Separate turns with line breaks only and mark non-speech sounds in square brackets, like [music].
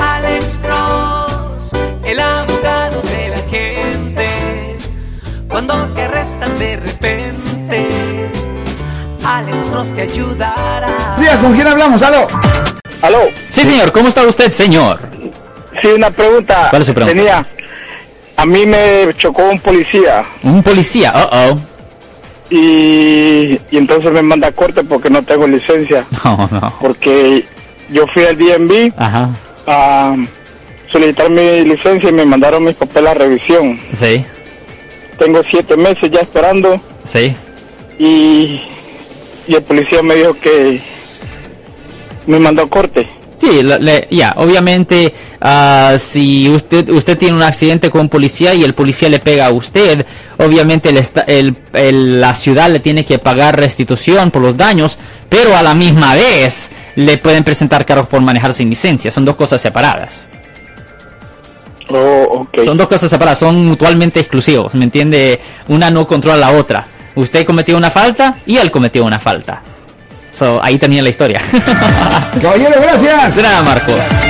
Alex Cross, el abogado de la gente. Cuando te arrestan de repente, Alex Cross te ayudará.
Buenos días, ¿con quién hablamos? ¡Aló!
Aló,
Sí, señor, ¿cómo está usted, señor?
sí, una pregunta.
¿Cuál es su pregunta?
Tenía, a mí me chocó un policía
Un policía, oh, oh.
y, y entonces me manda a corte porque no tengo licencia.
[laughs] No, no.
Porque yo fui al DMV
Ajá,
a solicitar mi licencia y me mandaron mis papeles a revisión.
sí,
Tengo siete meses ya esperando
sí.
y, y el policía me dijo que me mandó a corte.
Sí, la- le- ya, obviamente, ah, si usted usted tiene un accidente con un policía y el policía le pega a usted, obviamente el esta- el- el- la ciudad le tiene que pagar restitución por los daños, pero a la misma vez le pueden presentar cargos por manejar sin licencia. Son dos cosas separadas.
Oh, ok.
Son dos cosas separadas, son mutualmente exclusivos, ¿me entiende? Una no controla la otra. Usted cometió una falta y él cometió una falta. So, ahí termina la historia. [laughs]
Caballero, gracias.
Será Marcos.